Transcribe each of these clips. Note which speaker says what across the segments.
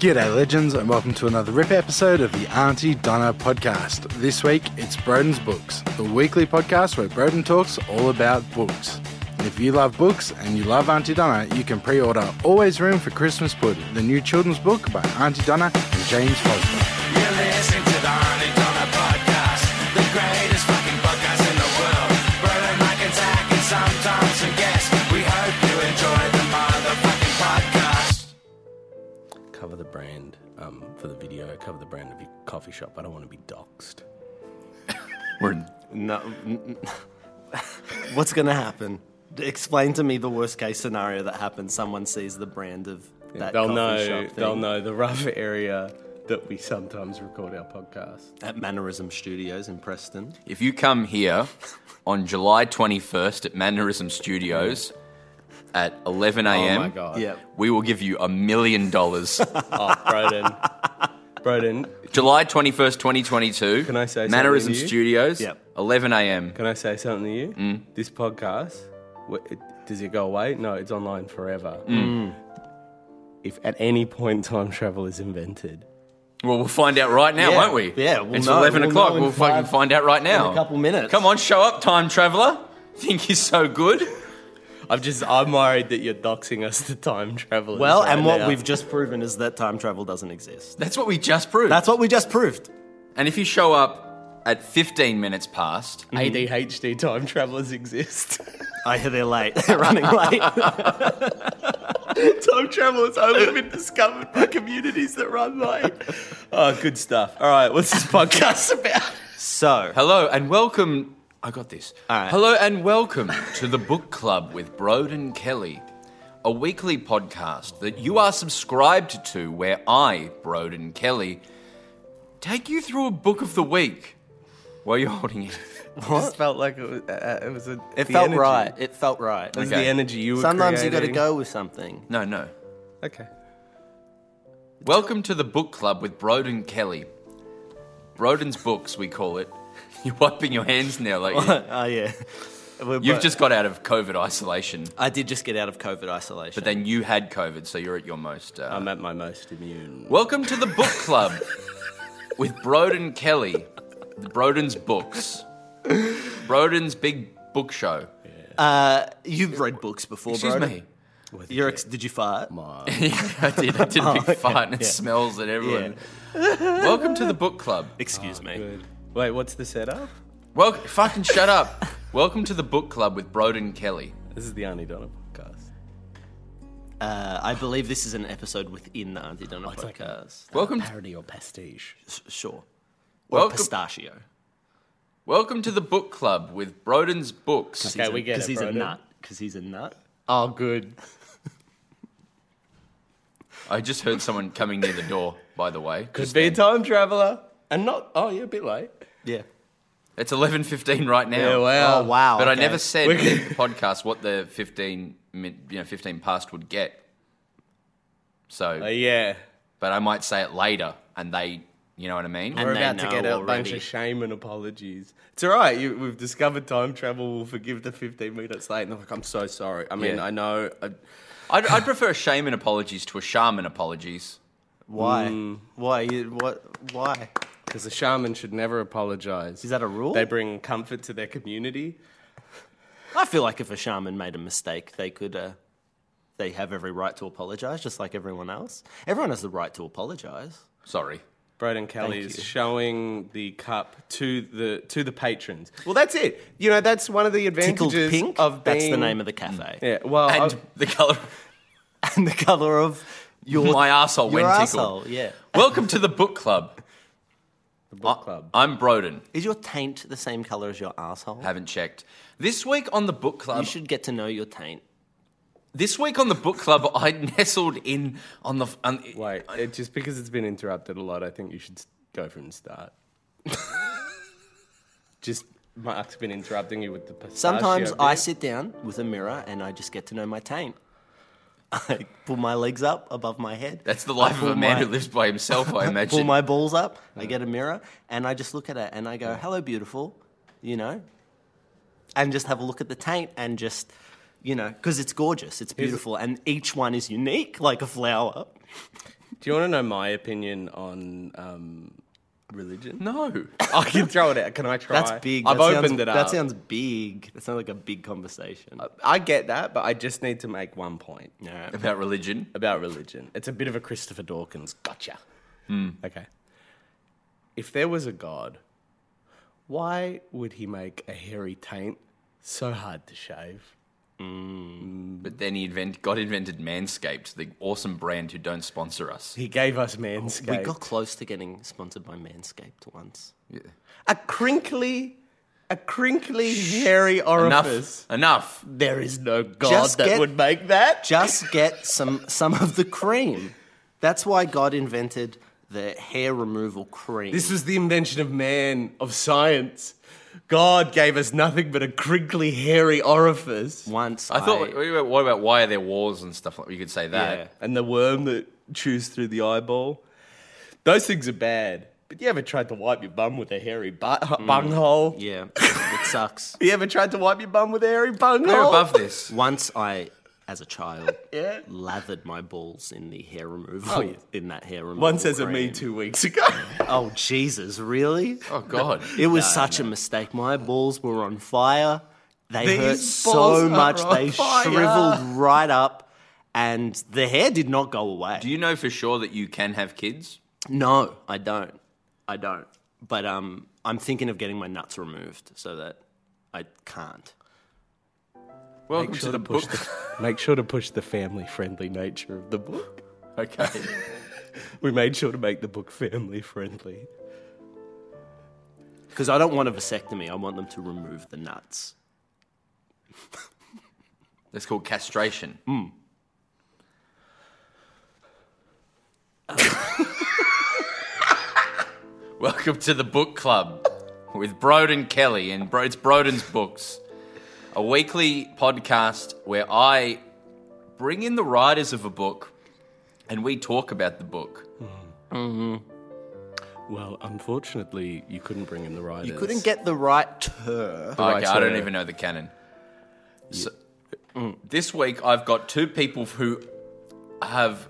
Speaker 1: G'day, legends, and welcome to another RIP episode of the Auntie Donna podcast. This week, it's Broden's Books, the weekly podcast where Broden talks all about books. If you love books and you love Auntie Donna, you can pre order Always Room for Christmas Pudding, the new children's book by Auntie Donna and James Foster.
Speaker 2: You listen to the Honey Donna podcast, the greatest fucking podcast in the world. Brother Mike and Zach and sometimes some guests. We hope you enjoy the motherfucking podcast.
Speaker 3: cover the brand um, for the video, cover the brand of your coffee shop. I don't want to be doxxed. We're
Speaker 4: No. n- n- What's going to happen? Explain to me the worst case scenario that happens. Someone sees the brand of that
Speaker 3: they'll
Speaker 4: coffee
Speaker 3: know.
Speaker 4: shop thing
Speaker 3: They'll know the rough area that we sometimes record our podcast.
Speaker 4: at Mannerism Studios in Preston.
Speaker 5: If you come here on July 21st at Mannerism Studios at 11 a.m.,
Speaker 3: Oh my god!
Speaker 4: Yeah.
Speaker 5: we will give you a million dollars.
Speaker 3: Oh, Broden. Broden,
Speaker 5: July 21st, 2022.
Speaker 3: Can I say something
Speaker 5: Mannerism
Speaker 3: to you?
Speaker 5: Studios,
Speaker 4: Yep.
Speaker 5: 11 a.m.
Speaker 3: can I say something to you? This podcast, wh- it- does it go away? No, it's online forever. If at any point time travel is invented,
Speaker 5: Well, we'll find out right now,
Speaker 4: Yeah.
Speaker 5: won't we?
Speaker 4: Yeah, we'll
Speaker 5: it's
Speaker 4: know.
Speaker 5: 11
Speaker 4: We'll
Speaker 5: o'clock.
Speaker 4: know in
Speaker 5: We'll fucking
Speaker 4: five-
Speaker 5: find out right now.
Speaker 4: in a couple minutes.
Speaker 5: Come on, show up, time traveler. Think you're so good.
Speaker 3: I'm just I'm worried that you're doxing us the time travel.
Speaker 4: Well, and what we've just proven is that time travel doesn't exist.
Speaker 5: That's what we just proved.
Speaker 4: That's what we just proved.
Speaker 5: and if you show up at 15 minutes past,
Speaker 3: ADHD time travelers exist.
Speaker 4: I hear they're late. They're running late.
Speaker 3: Time travel has only been discovered by communities that run late. Oh, good stuff. All right, what's this podcast about?
Speaker 4: So,
Speaker 5: Hello and welcome. I got this.
Speaker 4: All right.
Speaker 5: Hello and welcome to the Book Club with Broden Kelly, a weekly podcast that you are subscribed to, where I, Broden Kelly, take you through a book of the week while you're holding it.
Speaker 3: It just felt like it was. Uh, it, was a,
Speaker 4: it
Speaker 3: the
Speaker 4: felt
Speaker 3: energy.
Speaker 4: right.
Speaker 3: It
Speaker 4: It felt right.
Speaker 3: was
Speaker 5: Okay.
Speaker 3: the energy you were
Speaker 4: Sometimes you got to
Speaker 3: creating.
Speaker 4: go with something.
Speaker 5: No, no.
Speaker 3: Okay.
Speaker 5: Welcome to the Book Club with Broden Kelly. Broden's books, we call it. You're wiping your hands now, like you-
Speaker 4: Oh, yeah. We're
Speaker 5: you've
Speaker 4: both-
Speaker 5: just got out of COVID isolation,
Speaker 4: I did just get out of COVID isolation.
Speaker 5: but then you had COVID, so you're at your most. Uh,
Speaker 3: I'm at my most immune.
Speaker 5: Welcome to the book club with Broden Kelly, the Broden's books, Broden's big book show.
Speaker 4: You've read books before,
Speaker 5: Excuse
Speaker 4: Broden.
Speaker 5: me.
Speaker 4: You're ex- did you fart?
Speaker 3: Oh,
Speaker 5: Yeah, I did. I did a big fart and it smells at everyone. Welcome to the book club.
Speaker 4: Excuse me.
Speaker 3: Good. Wait, what's the setup?
Speaker 5: Welcome, fucking shut up. Welcome to the book club with Broden Kelly.
Speaker 3: This is the Arnie Donna podcast.
Speaker 4: Uh, I believe this is an episode within the Auntie Donna podcast.
Speaker 5: Welcome,
Speaker 3: Parody or pastiche?
Speaker 4: S- sure. Or
Speaker 5: welcome,
Speaker 4: pistachio.
Speaker 5: welcome to the book club with Broden's books.
Speaker 3: Okay, we get
Speaker 4: Because
Speaker 3: it,
Speaker 4: he's a
Speaker 3: Broden.
Speaker 4: nut. Because he's a nut.
Speaker 3: Oh, good.
Speaker 5: I just heard someone coming near the door. By the way,
Speaker 3: Could be a time traveler, and not. Oh, yeah, a bit late.
Speaker 4: Yeah.
Speaker 5: it's eleven fifteen right now.
Speaker 3: Yeah, wow.
Speaker 4: Oh wow.
Speaker 5: But I
Speaker 4: okay.
Speaker 5: never said
Speaker 3: We're
Speaker 5: in the podcast what the 15, min- you know, 15 past would get.
Speaker 3: Uh,
Speaker 5: So,
Speaker 3: yeah.
Speaker 5: but I might say it later and they, you know what I mean?
Speaker 4: And
Speaker 3: We're
Speaker 4: they
Speaker 3: about to
Speaker 4: know
Speaker 3: get a bunch
Speaker 4: already.
Speaker 3: of shame and apologies. It's all right. You, we've discovered time travel will forgive the 15 minutes late. And they're like, I'm so sorry. I mean,
Speaker 5: Yeah.
Speaker 3: I know. I,
Speaker 5: I'd, I'd prefer shame and apologies to a shaman apologies.
Speaker 4: Why? Mm. Why? You, what? Why?
Speaker 3: because a shaman should never apologize.
Speaker 4: Is that a rule?
Speaker 3: They bring comfort to their community.
Speaker 4: I feel like if a shaman made a mistake, they could. Uh, they have every right to apologize, just like everyone else. Everyone has the right to apologize.
Speaker 5: Sorry.
Speaker 3: Broden Kelly
Speaker 4: Thank
Speaker 3: is
Speaker 4: you.
Speaker 3: showing the cup to the to the patrons. Well, that's it. You know, that's one of the
Speaker 4: Tickled
Speaker 3: advantages
Speaker 4: pink.
Speaker 3: of being.
Speaker 4: That's the name of Mm. the cafe.
Speaker 3: Yeah. Well,
Speaker 5: And
Speaker 3: I-
Speaker 5: the color
Speaker 4: and the color of your
Speaker 5: my asshole
Speaker 4: your
Speaker 5: went tickled.
Speaker 4: asshole. Yeah.
Speaker 5: Welcome to the book club.
Speaker 3: the book club.
Speaker 5: I'm Broden.
Speaker 4: Is your taint the same color as your asshole?
Speaker 5: Haven't checked. This week on the book club,
Speaker 4: you should get to know your taint.
Speaker 5: this week on the book club, I nestled in on the. f- On,
Speaker 3: Wait, it, just because it's been interrupted a lot, I think you should s- go from the start. just Mark's been interrupting you with the pistachio
Speaker 4: Sometimes
Speaker 3: bit.
Speaker 4: I sit down with a mirror and I just get to know my taint. I pull my legs up above my head.
Speaker 5: that's the life of
Speaker 4: pull
Speaker 5: a man
Speaker 4: my-
Speaker 5: who lives by himself, I imagine.
Speaker 4: Pull my balls up. I get a mirror and I just look at it and I go, "Hello, beautiful," you know, and just have a look at the taint and just, you know, because it's gorgeous, it's beautiful, and each one is unique, like a flower.
Speaker 3: Do you want to know my opinion on um, religion?
Speaker 5: No.
Speaker 3: I can throw it out. Can I try?
Speaker 4: That's big.
Speaker 3: I've
Speaker 4: that
Speaker 3: opened
Speaker 4: sounds,
Speaker 3: it up.
Speaker 4: That sounds big. That sounds like a big conversation.
Speaker 3: I get that, but I just need to make one point
Speaker 4: Yeah.
Speaker 5: About religion.
Speaker 3: about religion. It's a bit of a Christopher Dawkins gotcha. Okay. If there was a God, why would he make a hairy taint so hard to shave?
Speaker 5: But then he invent, God invented Manscaped, the awesome brand who don't sponsor us.
Speaker 3: He gave us Manscaped.
Speaker 4: We got close to getting sponsored by Manscaped once.
Speaker 3: a crinkly, a crinkly, hairy orifice.
Speaker 5: Enough. Enough.
Speaker 4: There is no God
Speaker 3: Just
Speaker 4: that
Speaker 3: get-
Speaker 4: would make that. Just get some some of the cream. That's why God invented the hair removal cream.
Speaker 3: This was the invention of man, of science. God gave us nothing but a crinkly, hairy orifice.
Speaker 4: once
Speaker 5: I thought, what about why are there walls and stuff like You could say that.
Speaker 3: Yeah. And the worm that chews through the eyeball. Those things are bad. But you ever tried to wipe your bum with a hairy butt, bunghole?
Speaker 4: yeah, it sucks.
Speaker 3: You ever tried to wipe your bum with a hairy bunghole?
Speaker 5: We're above this.
Speaker 4: Once I, as a child,
Speaker 3: Yeah.
Speaker 4: lathered my balls in the hair removal.
Speaker 3: Oh, yeah.
Speaker 4: In that hair removal.
Speaker 3: Once as a me
Speaker 4: cream.
Speaker 3: two weeks ago.
Speaker 4: Oh Jesus, really?
Speaker 5: Oh, God.
Speaker 4: It was such a mistake. My balls were on fire. They
Speaker 5: These
Speaker 4: hurt
Speaker 5: balls
Speaker 4: so
Speaker 5: are
Speaker 4: much.
Speaker 5: on
Speaker 4: They
Speaker 5: fire.
Speaker 4: shriveled right up, and the hair did not go away.
Speaker 5: Do you know for sure that you can have kids?
Speaker 4: no, I don't. I don't. But um, I'm thinking of getting my nuts removed so that I can't.
Speaker 5: Welcome
Speaker 3: sure
Speaker 5: to the
Speaker 3: to push
Speaker 5: book.
Speaker 3: Make sure to push the family friendly nature of the book.
Speaker 5: okay.
Speaker 3: We made sure to make the book family friendly.
Speaker 4: Because I don't want a vasectomy. I want them to remove the nuts.
Speaker 5: That's called castration. Welcome to the book club with Broden Kelly, and Bro- it's Broden's Books, a weekly podcast where I bring in the writers of a book and we talk about the book.
Speaker 3: Well, unfortunately, you couldn't bring in the writers.
Speaker 4: You couldn't get the right tur.
Speaker 3: Uh,
Speaker 5: Okay, I don't
Speaker 3: writer.
Speaker 5: even know the canon. So, mm, this week I've got two people who have.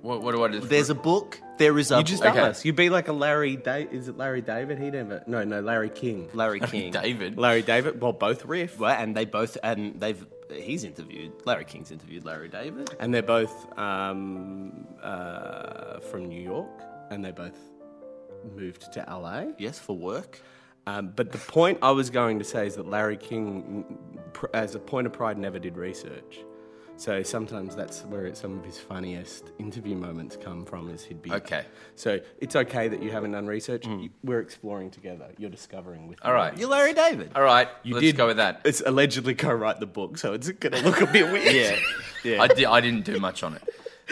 Speaker 5: What, what do I do?
Speaker 4: There's a book. There is a
Speaker 3: You just
Speaker 4: book.
Speaker 5: Okay.
Speaker 3: asked. You'd be like a Larry. Da- is it Larry David? He never. No, no, Larry King.
Speaker 4: Larry King.
Speaker 5: David.
Speaker 3: Larry David. Well, both riff,
Speaker 4: Well, and they both and they've he's interviewed Larry King's interviewed Larry David.
Speaker 3: and they're both um, uh, from New York, and they both moved to LA.
Speaker 4: Yes, for work.
Speaker 3: Um, but the point I was going to say is that Larry King, mm, pr- as a point of pride, never did research. So sometimes that's where some of his funniest interview moments come from. Is he'd be
Speaker 5: Okay. Hmm.
Speaker 3: So it's okay that you haven't done research. You- We're exploring together. You're discovering with.
Speaker 5: All right.
Speaker 4: You're Larry David.
Speaker 5: All right,
Speaker 3: You
Speaker 5: let's
Speaker 3: did-
Speaker 5: go with that.
Speaker 3: It's allegedly co-write the book, so it's gonna look a bit weird. yeah.
Speaker 5: I, di- I didn't do much on it.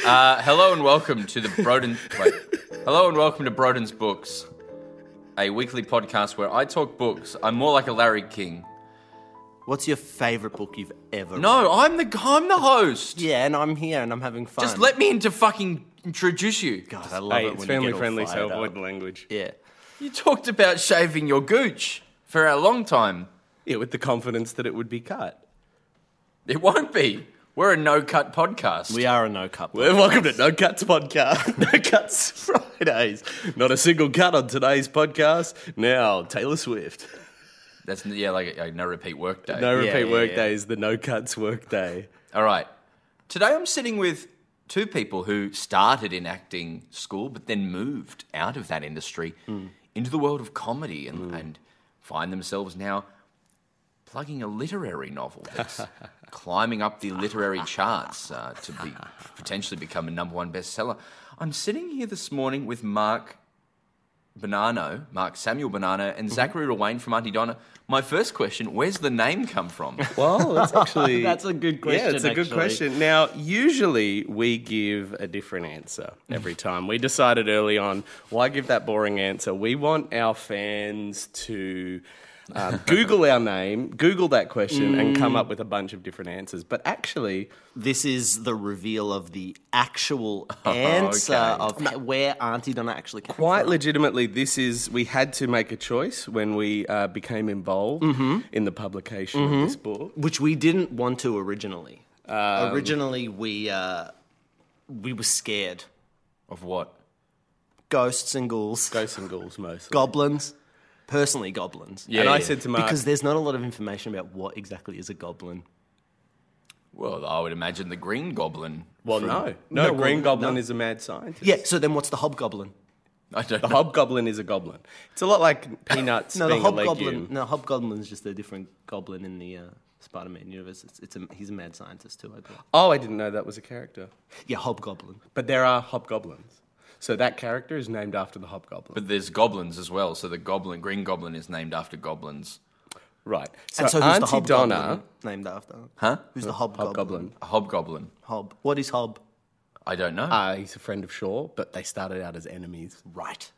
Speaker 5: Uh, hello and welcome to the Broden. Wait. Hello and welcome to Broden's Books, a weekly podcast where I talk books. I'm more like a Larry King.
Speaker 4: What's your favorite book you've ever read?
Speaker 5: No, I'm the I'm the host.
Speaker 4: Yeah, and I'm here and I'm having fun.
Speaker 5: Just let me in to fucking introduce you.
Speaker 4: God, I love
Speaker 3: Hey,
Speaker 4: it
Speaker 3: it's
Speaker 4: when
Speaker 3: family
Speaker 4: you get
Speaker 3: friendly,
Speaker 4: all
Speaker 3: so
Speaker 4: fired
Speaker 3: avoid
Speaker 4: up.
Speaker 3: the language.
Speaker 4: Yeah.
Speaker 5: You talked about shaving your gooch for a long time.
Speaker 3: Yeah, with the confidence that it would be cut.
Speaker 5: It won't be. We're a no cut podcast.
Speaker 4: We are a no couple.
Speaker 3: Welcome to No Cuts Podcast. No Cuts Fridays. Not a single cut on today's podcast. Now, Taylor Swift.
Speaker 5: That's yeah, like a, a no repeat work day.
Speaker 3: No
Speaker 4: Uh, Yeah,
Speaker 3: repeat
Speaker 4: yeah,
Speaker 3: workday is the No Cuts workday.
Speaker 5: All right. Today I'm sitting with two people who started in acting school but then moved out of that industry into the world of comedy and, and find themselves now plugging a literary novel that's climbing up the literary charts uh, to be, potentially become a number one bestseller. I'm sitting here this morning with Mark Bonanno, Mark Samuel Bonanno, and Zachary Rawain from Auntie Donna. My first question, where's the name come from?
Speaker 3: Well, Oh, that's actually.
Speaker 4: That's a good question,
Speaker 3: Yeah, it's a good
Speaker 4: actually.
Speaker 3: question. Now, usually we give a different answer every time. We decided early on why give that boring answer? We want our fans to. Um, Google our name, Google that question,
Speaker 4: Mm.
Speaker 3: and come up with a bunch of different answers. But actually,
Speaker 4: This is the reveal of the actual answer
Speaker 5: okay.
Speaker 4: of where Auntie Donna actually came
Speaker 3: quite
Speaker 4: from.
Speaker 3: legitimately, this is we had to make a choice when we uh, became involved
Speaker 4: Mm-hmm.
Speaker 3: in the publication of this book.
Speaker 4: which we didn't want to originally. originally, we uh, we were scared
Speaker 5: Of what?
Speaker 4: Ghosts and ghouls,
Speaker 3: Ghosts and ghouls mostly.
Speaker 4: goblins. Personally, goblins.
Speaker 5: Yeah,
Speaker 3: and I
Speaker 5: yeah.
Speaker 3: said to Mark,
Speaker 4: Because there's not a lot of information about what exactly is a goblin.
Speaker 5: Well, I would imagine the Green Goblin.
Speaker 3: well,
Speaker 5: from-
Speaker 3: no, no,
Speaker 4: No,
Speaker 3: Green
Speaker 4: well,
Speaker 3: Goblin
Speaker 4: no.
Speaker 3: is a mad scientist.
Speaker 4: Yeah, so then what's the hobgoblin?
Speaker 5: I don't
Speaker 3: The
Speaker 5: know.
Speaker 3: hobgoblin is a goblin. It's a lot like peanuts
Speaker 4: No, the
Speaker 3: being a
Speaker 4: hobgoblin.
Speaker 3: legume.
Speaker 4: No, hobgoblin's just a different goblin in the uh, Spider-Man universe. It's, it's a, he's a mad scientist too, I believe.
Speaker 3: Oh, I didn't know that was a character.
Speaker 4: Yeah, hobgoblin.
Speaker 3: But there are hobgoblins. So that character is named after the hobgoblin.
Speaker 5: But there's goblins as well, so the Goblin Green Goblin is named after goblins.
Speaker 3: right. So,
Speaker 4: And so who's the
Speaker 3: Auntie
Speaker 4: hobgoblin
Speaker 3: Donna,
Speaker 4: named after?
Speaker 5: Huh?
Speaker 4: Who's the hobgoblin?
Speaker 3: hobgoblin,
Speaker 5: A hobgoblin.
Speaker 4: Hob. What is hob?
Speaker 5: I don't know.
Speaker 4: Ah.
Speaker 3: uh, he's a friend of Shaw, but they started out as enemies.
Speaker 4: Right.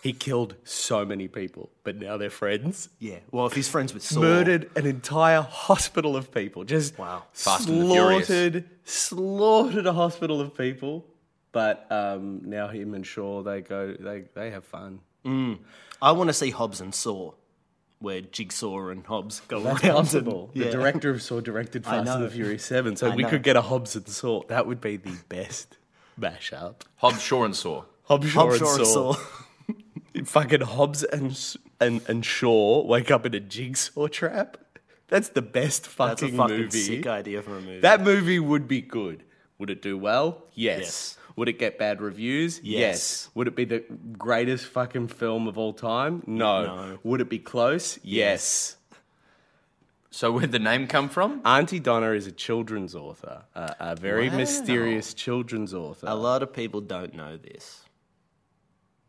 Speaker 3: He killed so many people, but now they're friends.
Speaker 4: Yeah. Well, if he's friends with Saul,
Speaker 3: Murdered an entire hospital of people. Just
Speaker 4: Wow.
Speaker 5: Fast and the Furious.
Speaker 3: slaughtered, slaughtered a hospital of people. But um, now him and Shaw, they go, they, they have fun.
Speaker 4: I want to see Hobbs and Saw, where Jigsaw and Hobbs go
Speaker 3: That's
Speaker 4: around. and-
Speaker 3: possible. The
Speaker 4: Yeah.
Speaker 3: director of Saw directed Fast and
Speaker 4: know.
Speaker 3: the Furious 7, so
Speaker 4: I
Speaker 3: we
Speaker 4: know.
Speaker 3: could get a Hobbs and Saw. That would be the best mashup.
Speaker 5: Hob Shaw and Saw.
Speaker 3: Hobbs, Shaw,
Speaker 4: Hobbs,
Speaker 3: and,
Speaker 4: Shaw, and
Speaker 3: Saw.
Speaker 4: Saw.
Speaker 3: Fucking Hobbs and, S- and, and Shaw wake up in a jigsaw trap. That's the best
Speaker 4: That's a
Speaker 3: fucking,
Speaker 4: fucking
Speaker 3: movie.
Speaker 4: sick idea for a movie.
Speaker 3: That movie would be good. Would it do well? Yes.
Speaker 4: Yes.
Speaker 3: Would it get bad reviews? Yes.
Speaker 4: Yes.
Speaker 3: Would it be the greatest fucking film of all time? No.
Speaker 4: No.
Speaker 3: Would it be close? Yes.
Speaker 5: So where'd the name come from?
Speaker 3: Auntie Donna is a children's author, a, a very mysterious children's author.
Speaker 4: a lot of people don't know this,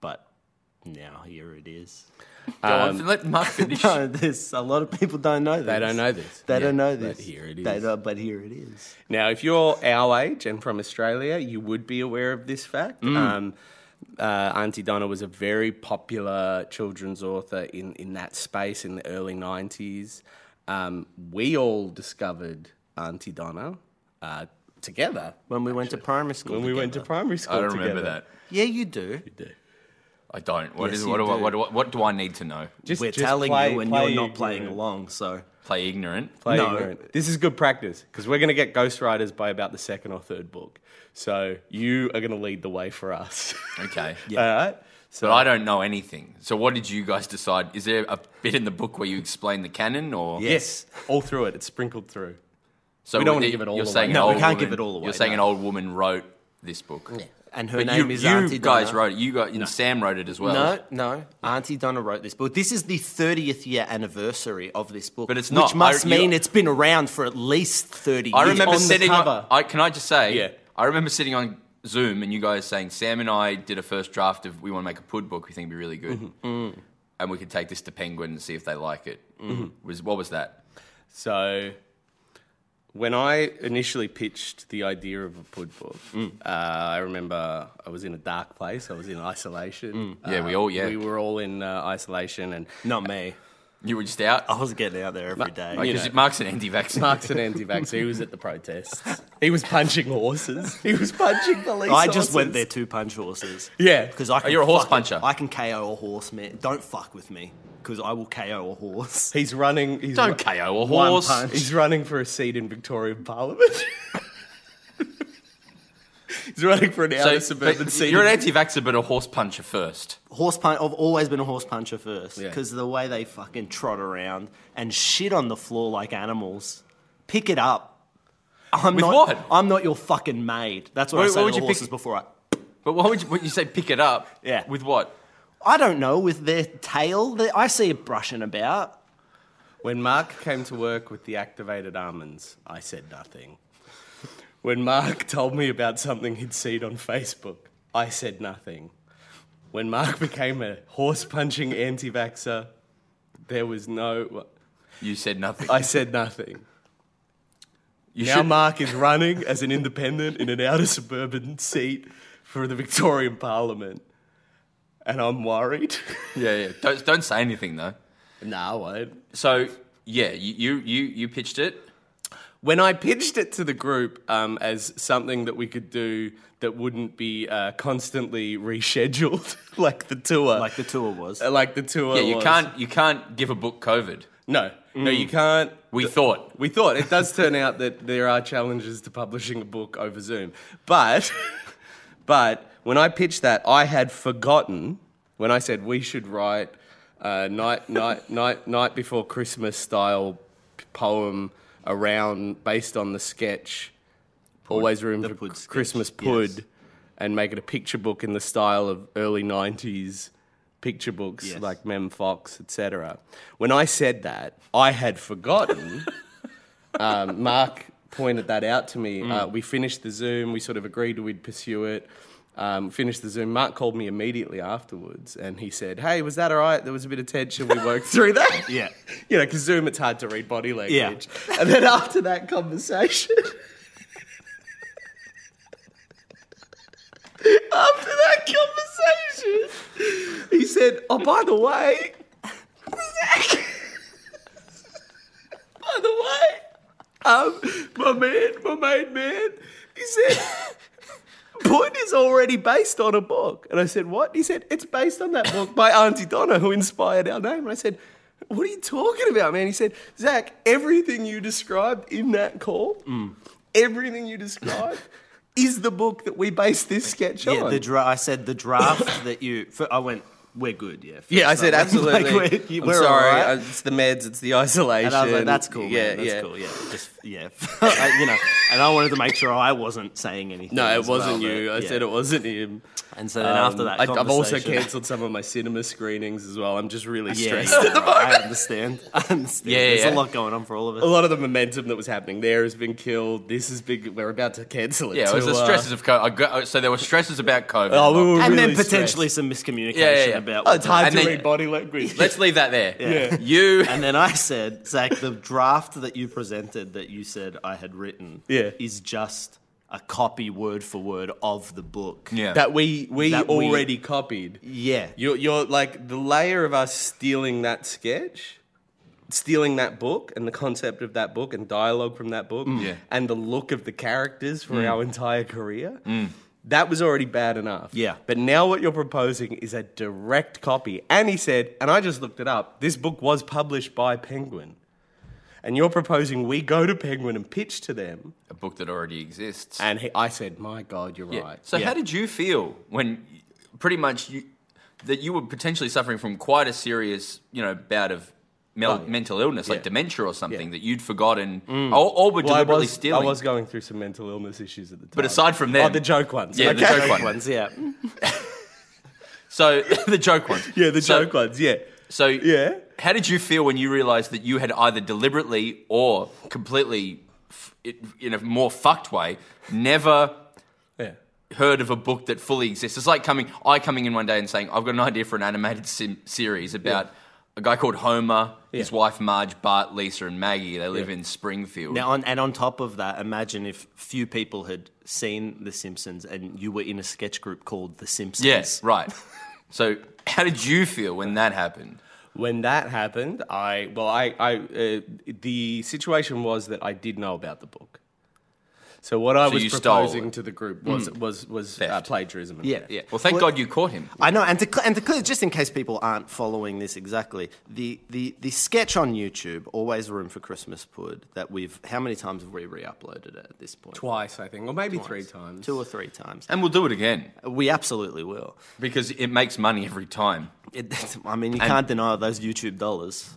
Speaker 4: but now here it is.
Speaker 5: Go
Speaker 4: Um,
Speaker 5: on, let Mark finish.
Speaker 4: No, this a lot of people don't know this.
Speaker 3: They don't know this.
Speaker 4: They don't
Speaker 3: Yeah,
Speaker 4: know
Speaker 3: but
Speaker 4: this.
Speaker 3: here it
Speaker 4: They
Speaker 3: is.
Speaker 4: don't, but here it is.
Speaker 3: Now, if you're our age and from Australia, you would be aware of this fact.
Speaker 4: Mm.
Speaker 3: Um, uh, Auntie Donna was a very popular children's author in, in that space in the early 90s. Um, we all discovered Auntie Donna uh, together
Speaker 4: When we went to primary school.
Speaker 3: when we went to
Speaker 4: together.
Speaker 3: primary school.
Speaker 5: I don't remember that.
Speaker 4: Yeah, you do.
Speaker 5: I don't. What
Speaker 4: Yes,
Speaker 5: is?
Speaker 4: you
Speaker 5: What do, I,
Speaker 4: do.
Speaker 5: what, do I, what do I need to know?
Speaker 3: Just,
Speaker 4: We're
Speaker 3: just
Speaker 4: telling
Speaker 3: play-
Speaker 4: you, and
Speaker 3: play
Speaker 4: you're not playing
Speaker 3: ignorant.
Speaker 4: along. So
Speaker 5: Play ignorant.
Speaker 3: Play
Speaker 4: No.
Speaker 3: ignorant. This is good practice because we're going to get ghostwriters by about the second or third book. So you are going to lead the way for us.
Speaker 5: Okay.
Speaker 3: All right? So
Speaker 5: But I don't know anything. So what did you guys decide? Is there a bit in the book where you explain the canon, or
Speaker 3: Yes, all through it. It's sprinkled through.
Speaker 5: So
Speaker 3: We don't
Speaker 5: with
Speaker 3: wanna
Speaker 5: the-
Speaker 3: give it all
Speaker 5: you're
Speaker 3: away.
Speaker 5: Saying an
Speaker 4: No, we
Speaker 5: old
Speaker 4: can't
Speaker 5: woman-
Speaker 4: give it all away,
Speaker 5: You're saying
Speaker 4: no.
Speaker 5: an old woman wrote this book.
Speaker 4: and her
Speaker 5: But
Speaker 4: name
Speaker 5: you,
Speaker 4: is
Speaker 5: you
Speaker 4: Auntie
Speaker 5: guys
Speaker 4: Donna.
Speaker 5: wrote it. You got and Sam wrote it as well.
Speaker 4: No, no. Auntie Donna wrote this book. This is the 30th year anniversary of this book.
Speaker 5: But it's not.
Speaker 4: Which must
Speaker 5: I- you-
Speaker 4: mean it's been around for at least 30
Speaker 5: I
Speaker 4: years.
Speaker 5: remember
Speaker 3: on the
Speaker 5: sitting.
Speaker 3: cover.
Speaker 5: On, I, can I just say?
Speaker 3: Yeah.
Speaker 5: I remember sitting on Zoom and you guys saying Sam and I did a first draft of we want to make a pud book. We think it'd be really good, Mm. and we could take this to Penguin and see if they like it. Was what was that?
Speaker 3: So when I initially pitched the idea of a pud book, uh, I remember I was in a dark place. I was in isolation.
Speaker 5: Yeah, we
Speaker 3: Uh,
Speaker 5: all- yeah.
Speaker 3: we were all in uh, isolation, and
Speaker 4: Not me.
Speaker 5: You were just out.
Speaker 4: I was getting out there every day.
Speaker 5: Because
Speaker 3: know.
Speaker 5: Mark's an anti-vaccine.
Speaker 3: Mark's an anti-vax. he was at the protests. He was punching horses. He was punching police.
Speaker 4: I just went there
Speaker 3: horses.
Speaker 4: to punch horses.
Speaker 3: Yeah,
Speaker 4: Because I can
Speaker 5: you're a horse
Speaker 4: fucking-
Speaker 5: puncher.
Speaker 4: I can KO a horse, man. Don't fuck with me, because I will KO a horse.
Speaker 3: He's running. He's
Speaker 5: Don't
Speaker 3: ru-
Speaker 5: KO a
Speaker 4: One
Speaker 5: horse.
Speaker 4: punch.
Speaker 3: He's running for a seat in Victorian Parliament. He's running for an outer suburban
Speaker 5: but
Speaker 3: seat.
Speaker 5: You're an
Speaker 3: in-
Speaker 5: anti-vaxxer, but a horse puncher first.
Speaker 4: Horse punch. I've always been a horse puncher first, because the way they fucking trot around and shit on the floor like animals. Pick it up. I'm
Speaker 5: With
Speaker 4: not.
Speaker 5: what?
Speaker 4: I'm not your fucking maid. That's what
Speaker 5: What-
Speaker 4: I say
Speaker 5: what
Speaker 4: to
Speaker 5: would
Speaker 4: the
Speaker 5: you
Speaker 4: horses
Speaker 5: pick-
Speaker 4: before I.
Speaker 5: But why would you, would you say pick it up?
Speaker 4: Yeah.
Speaker 5: With what?
Speaker 4: I don't know with their tail. That I see it brushing about.
Speaker 3: When Mark came to work with the activated almonds, I said nothing. When Mark told me about something he'd seen on Facebook, I said nothing. When Mark became a horse punching anti vaxxer, there was no.
Speaker 5: You said nothing.
Speaker 3: I said nothing.
Speaker 5: you
Speaker 3: Now Mark is running as an independent in an outer suburban seat for the Victorian Parliament. And I'm worried.
Speaker 5: Yeah, yeah. Don't, don't say anything though.
Speaker 3: nah, I won't.
Speaker 5: So yeah, you you you, you pitched it.
Speaker 3: when I pitched it to the group um, as something that we could do that wouldn't be uh, constantly rescheduled, like the tour,
Speaker 4: Like the tour was.
Speaker 3: Uh, like the tour.
Speaker 5: Yeah, you
Speaker 3: was.
Speaker 5: can't you can't give a book COVID.
Speaker 3: No, no, you can't.
Speaker 5: We thought.
Speaker 3: We thought it does turn out that there are challenges to publishing a book over Zoom, but But when I pitched that, I had forgotten when I said we should write a night, night, night, night before Christmas style p- poem around based on the sketch. Always room
Speaker 4: the
Speaker 3: for
Speaker 4: Pud
Speaker 3: C-
Speaker 4: sketch,
Speaker 3: Christmas
Speaker 4: yes.
Speaker 3: Pud, and make it a picture book in the style of early '90s picture books
Speaker 4: Yes.
Speaker 3: like Mem Fox, etc. When I said that, I had forgotten. um, Mark pointed that out to me. Uh, we finished the Zoom. We sort of agreed we'd pursue it. Um, finished the Zoom. Mark called me immediately afterwards, and he said, "Hey, was that all right? There was a bit of tension. We worked through that.
Speaker 4: Yeah.
Speaker 3: you know, because Zoom, it's hard to read body language. And then after that conversation." After that conversation, he said, Oh, by the way, by the way, um, my man, my main man, he said, Put is already based on a book. And I said, What? He said, It's based on that book by Auntie Donna, who inspired our name. And I said, What are you talking about, man? He said, Zach, everything you described in that call, everything you described. Is the book that we based this sketch
Speaker 4: Yeah,
Speaker 3: on?
Speaker 4: the dra- I said the draft that you. For, I went, we're good, yeah. for
Speaker 3: Yeah, I
Speaker 4: this
Speaker 3: said
Speaker 4: one."
Speaker 3: absolutely.
Speaker 4: Like, we're,
Speaker 3: I'm
Speaker 4: we're
Speaker 3: sorry,
Speaker 4: alright.
Speaker 3: uh, it's the meds, it's the isolation.
Speaker 4: And I was like, that's cool. Yeah, man. that's
Speaker 3: yeah.
Speaker 4: cool. Yeah, just yeah, I- you know. And I wanted to make sure I wasn't saying anything.
Speaker 3: No, it
Speaker 4: as well,
Speaker 3: wasn't you.
Speaker 4: but,
Speaker 3: I
Speaker 4: yeah.
Speaker 3: said it wasn't him. Um,
Speaker 4: And so then after that,
Speaker 3: I, I've also
Speaker 4: conversation-
Speaker 3: cancelled some of my cinema screenings as well. I'm just really
Speaker 4: Yeah,
Speaker 3: stressed.
Speaker 4: yeah, I understand. I understand.
Speaker 5: Yeah,
Speaker 4: There's
Speaker 5: yeah.
Speaker 4: a lot going on for all of us.
Speaker 3: A lot of the momentum that was happening there has been killed. This has been. We're about to cancel it.
Speaker 5: Yeah, it was
Speaker 3: to,
Speaker 5: the
Speaker 3: uh,
Speaker 5: stresses of COVID. So there were stresses about COVID.
Speaker 3: Oh, we were
Speaker 4: and then
Speaker 3: really
Speaker 4: potentially
Speaker 3: stressed.
Speaker 4: some miscommunication
Speaker 5: Yeah, yeah, yeah.
Speaker 4: about.
Speaker 3: Oh, it's hard
Speaker 5: And
Speaker 3: to
Speaker 5: then-
Speaker 3: read body language.
Speaker 5: Let's leave that there.
Speaker 4: Yeah.
Speaker 5: You.
Speaker 4: and then I said, Zach, the draft that you presented that you said I had written
Speaker 3: Yeah.
Speaker 4: is just a copy word for word of the book.
Speaker 5: Yeah.
Speaker 3: that we we
Speaker 4: That we-
Speaker 3: already copied.
Speaker 4: Yeah.
Speaker 3: You're, you're like the layer of us stealing that sketch, stealing that book and the concept of that book and dialogue from that book
Speaker 5: Yeah.
Speaker 3: and the look of the characters for our entire career. That was already bad enough.
Speaker 4: Yeah.
Speaker 3: But now what you're proposing is a direct copy. And he said, and I just looked it up, this book was published by Penguin. And you're proposing we go to Penguin and pitch to them.
Speaker 5: a book that already exists.
Speaker 3: And he, I said, my God, you're
Speaker 5: Yeah.
Speaker 3: right.
Speaker 5: So
Speaker 4: Yeah.
Speaker 5: how did you feel when pretty much you that you were potentially suffering from quite a serious, you know, bout of mel-
Speaker 3: Oh, yeah.
Speaker 5: mental illness, like
Speaker 3: Yeah.
Speaker 5: dementia or something
Speaker 3: Yeah. Mm.
Speaker 5: that you'd forgotten or, or
Speaker 3: Well,
Speaker 5: were
Speaker 3: I
Speaker 5: deliberately
Speaker 3: was,
Speaker 5: stealing?
Speaker 3: I was going through some mental illness issues at the time.
Speaker 5: But aside from them-
Speaker 3: oh, the joke ones.
Speaker 5: Yeah, the
Speaker 3: Okay.
Speaker 5: joke one.
Speaker 4: Ones, yeah.
Speaker 5: So the joke ones.
Speaker 3: Yeah, the
Speaker 5: so,
Speaker 3: joke ones. Yeah,
Speaker 5: So
Speaker 3: yeah.
Speaker 5: How did you feel when you realised that you had either deliberately or completely, f- it, in a more fucked way, never
Speaker 3: yeah.
Speaker 5: heard of a book that fully exists. It's like coming, I coming in one day and saying, I've got an idea for an animated sim- series about a guy called Homer, his
Speaker 3: Yeah.
Speaker 5: wife Marge, Bart, Lisa, and Maggie. They live in Springfield.
Speaker 4: Now, on, and on top of that, imagine if few people had seen The Simpsons and you were in a sketch group called The Simpsons.
Speaker 5: yes, right. so, how did you feel when that happened?
Speaker 3: When that happened, I well, I, I uh, the situation was that I did know about the book. So what I
Speaker 5: So you
Speaker 3: was
Speaker 5: stole
Speaker 3: proposing
Speaker 5: it. Hmm.
Speaker 3: to the group was was was uh,
Speaker 5: Theft.
Speaker 3: plagiarism. and
Speaker 4: Yeah.
Speaker 3: theft.
Speaker 5: Yeah. Well, thank God you caught him.
Speaker 4: I know, and to, cl- and to clear, just in case people aren't following this exactly, the, the, the sketch on YouTube, Always Room for Christmas Pud, that we've, how many times have we re uploaded it at this point?
Speaker 3: twice I think, or maybe three times.
Speaker 4: Two or three times.
Speaker 5: And we'll do it again
Speaker 4: We absolutely will.
Speaker 5: because it makes money every time.
Speaker 4: It, I mean, you can't deny those YouTube dollars.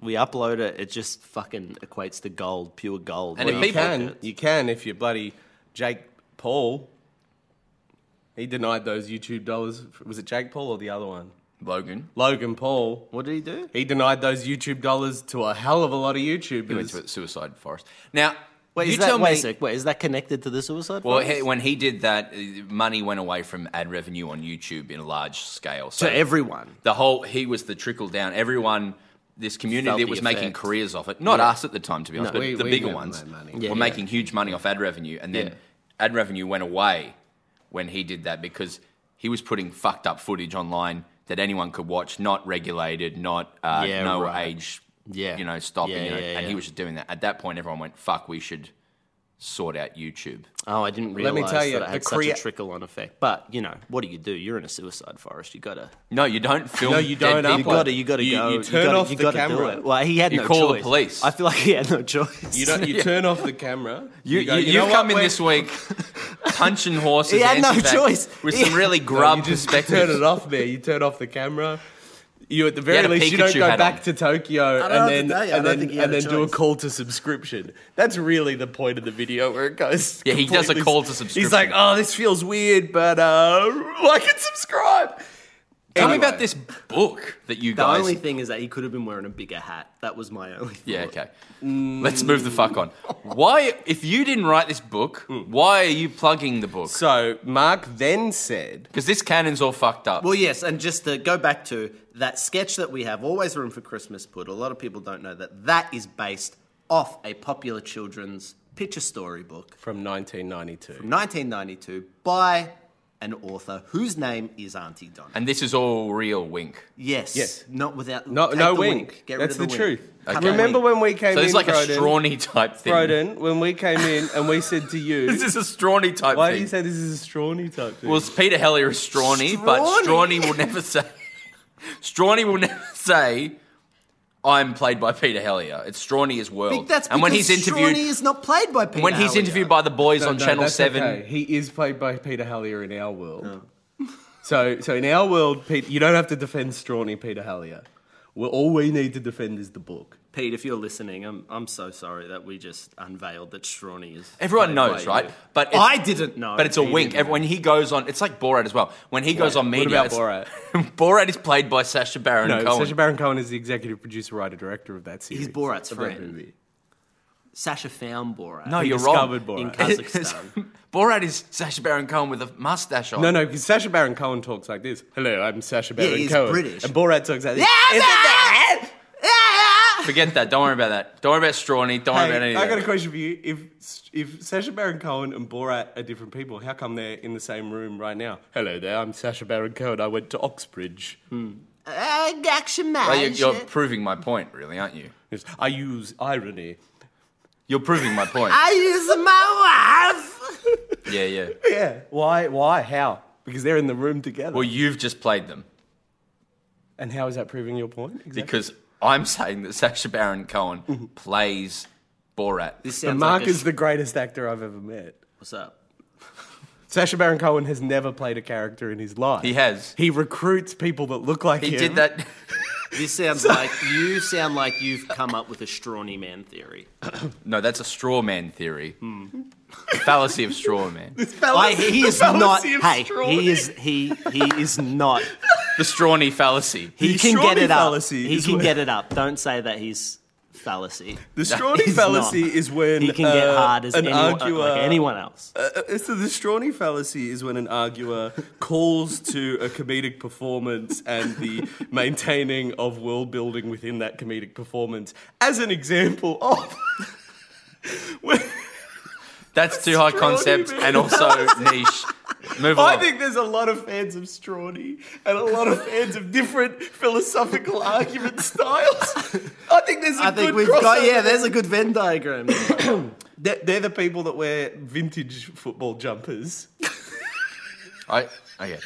Speaker 4: We upload it, it just fucking equates to gold, pure gold.
Speaker 5: And
Speaker 4: Well,
Speaker 5: if
Speaker 3: You
Speaker 5: people-
Speaker 3: can you can if you're bloody Jake Paul. He denied those YouTube dollars. Was it Jake Paul or the other one?
Speaker 5: Logan.
Speaker 3: Logan Paul.
Speaker 4: what did he do?
Speaker 3: He denied those YouTube dollars to a hell of a lot of YouTubers.
Speaker 5: He went to a suicide forest. Now,
Speaker 4: Wait,
Speaker 5: you
Speaker 4: is that,
Speaker 5: tell
Speaker 4: wait, a
Speaker 5: me.
Speaker 4: sec, wait, is that connected to the suicide?
Speaker 5: Well,
Speaker 4: forest?
Speaker 5: he, when he did that, uh, money went away from ad revenue on YouTube in a large scale. So
Speaker 4: to everyone.
Speaker 5: the whole he was the trickle down. Everyone, this community
Speaker 4: Felt
Speaker 5: that
Speaker 4: the
Speaker 5: was making
Speaker 4: effect.
Speaker 5: careers off it. Not us at the time, to be honest, but
Speaker 3: We-
Speaker 5: the
Speaker 3: we
Speaker 5: bigger
Speaker 3: never
Speaker 5: ones
Speaker 3: made money.
Speaker 5: were
Speaker 4: Yeah, yeah.
Speaker 5: making huge money off ad revenue, and then
Speaker 3: Yeah.
Speaker 5: ad revenue went away when he did that because he was putting fucked up footage online that anyone could watch, not regulated, not uh,
Speaker 4: Yeah,
Speaker 5: no
Speaker 4: right.
Speaker 5: age,
Speaker 4: Yeah.
Speaker 5: you know, stopping,
Speaker 4: Yeah,
Speaker 5: you know,
Speaker 4: yeah,
Speaker 5: and
Speaker 4: yeah.
Speaker 5: he was just doing that. At that point, everyone went, "Fuck, we should." sort out YouTube.
Speaker 4: Oh, I didn't
Speaker 3: Let
Speaker 4: realize
Speaker 3: me tell you,
Speaker 4: that I
Speaker 3: the
Speaker 4: had such
Speaker 3: crea-
Speaker 4: a trickle on effect. But you know, what do you do? You're in a suicide forest. You gotta,
Speaker 5: No, you don't film.
Speaker 3: No, you
Speaker 5: dead
Speaker 3: don't upload.
Speaker 5: people.
Speaker 4: you gotta, you gotta
Speaker 3: You-
Speaker 4: go.
Speaker 3: you turn
Speaker 4: gotta,
Speaker 3: off
Speaker 4: you
Speaker 3: the
Speaker 4: gotta
Speaker 3: camera.
Speaker 4: Do it. Well, he had
Speaker 5: You
Speaker 4: no
Speaker 5: call the
Speaker 4: choice.
Speaker 5: police.
Speaker 4: I feel like he had no choice.
Speaker 3: You don't. You turn off the camera.
Speaker 5: You,
Speaker 3: go,
Speaker 5: you,
Speaker 3: know
Speaker 5: have come
Speaker 3: what,
Speaker 5: in
Speaker 3: we're-
Speaker 5: this week punching horses.
Speaker 4: He had no
Speaker 5: anti-vax,
Speaker 4: choice.
Speaker 5: With
Speaker 4: He-
Speaker 5: some really
Speaker 3: No,
Speaker 5: grub
Speaker 3: you just
Speaker 5: perspectives.
Speaker 3: turn it off there. You turn off the camera. You at the
Speaker 5: had
Speaker 3: very
Speaker 5: a
Speaker 3: least you don't
Speaker 5: Pikachu
Speaker 3: go
Speaker 5: hat
Speaker 3: back
Speaker 5: on.
Speaker 3: to Tokyo
Speaker 4: don't know what
Speaker 3: and
Speaker 4: to
Speaker 3: then
Speaker 4: tell you. I
Speaker 3: and
Speaker 4: don't
Speaker 3: then
Speaker 4: think he had
Speaker 3: and
Speaker 4: a
Speaker 3: then do a
Speaker 4: choice.
Speaker 3: call to subscription. That's really the point of the video where it goes.
Speaker 5: Yeah, he does a
Speaker 3: completely-
Speaker 5: call to
Speaker 3: He's like,
Speaker 5: subscription.
Speaker 3: oh, this feels weird, but uh, like and subscribe.
Speaker 5: Tell me
Speaker 3: Anyway.
Speaker 5: about this book that you
Speaker 4: The
Speaker 5: guys.
Speaker 4: only thing is that he could have been wearing a bigger hat. That was my only. Thought.
Speaker 5: Yeah, okay. Let's move the fuck on. Why, if you didn't write this book, why are you plugging the book?
Speaker 3: So Mark then said,
Speaker 5: Because this canon's all fucked up.
Speaker 4: Well, yes, and just to go back to that sketch that we have, always room for Christmas put. A lot of people don't know that that is based off a popular children's picture story book,
Speaker 3: from 1992.
Speaker 4: 1992, by an author whose name is Auntie Donna.
Speaker 5: and this is all real wink.
Speaker 4: Yes.
Speaker 3: Yes.
Speaker 4: Not without.
Speaker 3: No,
Speaker 4: take
Speaker 3: no
Speaker 4: the
Speaker 3: wink.
Speaker 4: Get
Speaker 3: That's
Speaker 4: rid of
Speaker 3: the
Speaker 4: the,
Speaker 3: truth.
Speaker 5: Okay.
Speaker 3: Remember when we came
Speaker 5: So
Speaker 3: in?
Speaker 5: it's like
Speaker 3: Broden,
Speaker 5: a strawny type thing.
Speaker 3: Broden, when we came in and we said to you,
Speaker 5: This is a strawny type
Speaker 3: why
Speaker 5: thing.
Speaker 3: do you say this is a strawny type thing?
Speaker 5: Well, it's Peter Hellier is strawny, but
Speaker 4: Strawny.
Speaker 5: strawny will never say. strawny will never say. I'm played by Peter Hellier. It's Strawny as
Speaker 4: I
Speaker 5: world.
Speaker 4: think that's
Speaker 5: and when he's interviewed,
Speaker 4: Strawny is not played by Peter.
Speaker 5: when he's
Speaker 4: Hallier.
Speaker 5: interviewed by the boys on
Speaker 3: No,
Speaker 5: Channel
Speaker 3: that's
Speaker 5: Seven,
Speaker 3: okay. He is played by Peter Hallier in our world.
Speaker 4: Oh.
Speaker 3: so, so in our world, Pete, you don't have to defend Strawny Peter Hallier. Well, all we need to defend is the book.
Speaker 4: Pete, if you're listening, I'm I'm so sorry that we just unveiled that Strawny is.
Speaker 5: everyone
Speaker 4: played
Speaker 5: knows,
Speaker 4: by
Speaker 5: right?
Speaker 4: you.
Speaker 5: But it's,
Speaker 4: I didn't know.
Speaker 5: But it's a
Speaker 4: He
Speaker 5: wink.
Speaker 4: didn't
Speaker 5: Every- When he goes on, it's like Borat as well. When he goes on media,
Speaker 3: about
Speaker 5: it's- Borat is played by Sacha Baron
Speaker 3: No,
Speaker 5: Cohen.
Speaker 3: Sacha Baron Cohen is the executive producer, writer, director of that series.
Speaker 4: He's Borat's
Speaker 3: of that
Speaker 4: friend.
Speaker 3: movie.
Speaker 4: Sasha found Borat.
Speaker 5: no,
Speaker 3: He
Speaker 5: you're wrong.
Speaker 3: discovered
Speaker 4: in
Speaker 3: Borat.
Speaker 4: Kazakhstan.
Speaker 5: Borat is Sacha Baron Cohen with a mustache on.
Speaker 3: No, no, because Sacha Baron Cohen talks like this. Hello, I'm Sacha Baron
Speaker 4: he's
Speaker 3: Cohen.
Speaker 4: British.
Speaker 3: And Borat talks like this.
Speaker 4: Yeah,
Speaker 3: Isn't that-
Speaker 5: Forget that. Don't worry about that. Don't worry about Strawny. Don't worry about
Speaker 3: Hey,
Speaker 5: anything.
Speaker 3: I got a question for you. If if Sasha Baron Cohen and Borat are different people, how come they're in the same room right now? Hello there, I'm Sasha Baron Cohen. I went to Oxbridge.
Speaker 4: Uh, action
Speaker 5: Well,
Speaker 4: man.
Speaker 5: you're, you're proving my point, really, aren't you?
Speaker 3: Yes, I use irony.
Speaker 5: You're proving my point.
Speaker 4: I use my wife.
Speaker 5: yeah, yeah.
Speaker 3: Yeah. Why? Why? How? Because they're in the room together.
Speaker 5: Well, you've just played them
Speaker 3: and how is that proving your point? Exactly.
Speaker 5: because I'm saying that Sacha Baron Cohen plays Borat.
Speaker 4: This
Speaker 3: And
Speaker 4: sounds
Speaker 3: Mark
Speaker 4: like a-
Speaker 3: is the greatest actor I've ever met.
Speaker 4: What's up?
Speaker 3: Sasha Baron Cohen has never played a character in his life.
Speaker 5: He has.
Speaker 3: He recruits people that look like
Speaker 5: He
Speaker 3: him.
Speaker 5: did that.
Speaker 4: This sounds like you sound like you've come up with a Strawny man theory.
Speaker 5: No, that's a straw man theory. The fallacy of straw man.
Speaker 4: I, he is not.
Speaker 3: fallacy of
Speaker 4: Hey,
Speaker 3: Strawny.
Speaker 4: he is he he is not.
Speaker 5: The strawny fallacy.
Speaker 4: He
Speaker 3: The
Speaker 4: can get
Speaker 3: Strawny
Speaker 4: it up.
Speaker 3: fallacy
Speaker 4: He
Speaker 3: is
Speaker 4: can
Speaker 3: what-
Speaker 4: get it up. Don't say that he's fallacy.
Speaker 3: The strawny
Speaker 4: he's
Speaker 3: fallacy
Speaker 4: not.
Speaker 3: is when
Speaker 4: He can get
Speaker 3: uh,
Speaker 4: hard as
Speaker 3: an
Speaker 4: anyone,
Speaker 3: arguer
Speaker 4: like anyone else.
Speaker 3: Uh, so the strawny fallacy is when an arguer calls to a comedic performance and the maintaining of world building within that comedic performance as an example of. Well,
Speaker 5: That's too high
Speaker 3: Strawny
Speaker 5: concept
Speaker 3: man.
Speaker 5: and also niche. Move on.
Speaker 3: I think there's a lot of fans of strawny and a lot of fans of different philosophical argument styles. I think there's a
Speaker 4: I think
Speaker 3: good
Speaker 4: we've got
Speaker 3: crossover
Speaker 4: yeah. There's a good Venn diagram. there.
Speaker 3: They're, they're the people that wear vintage football jumpers.
Speaker 5: I, okay.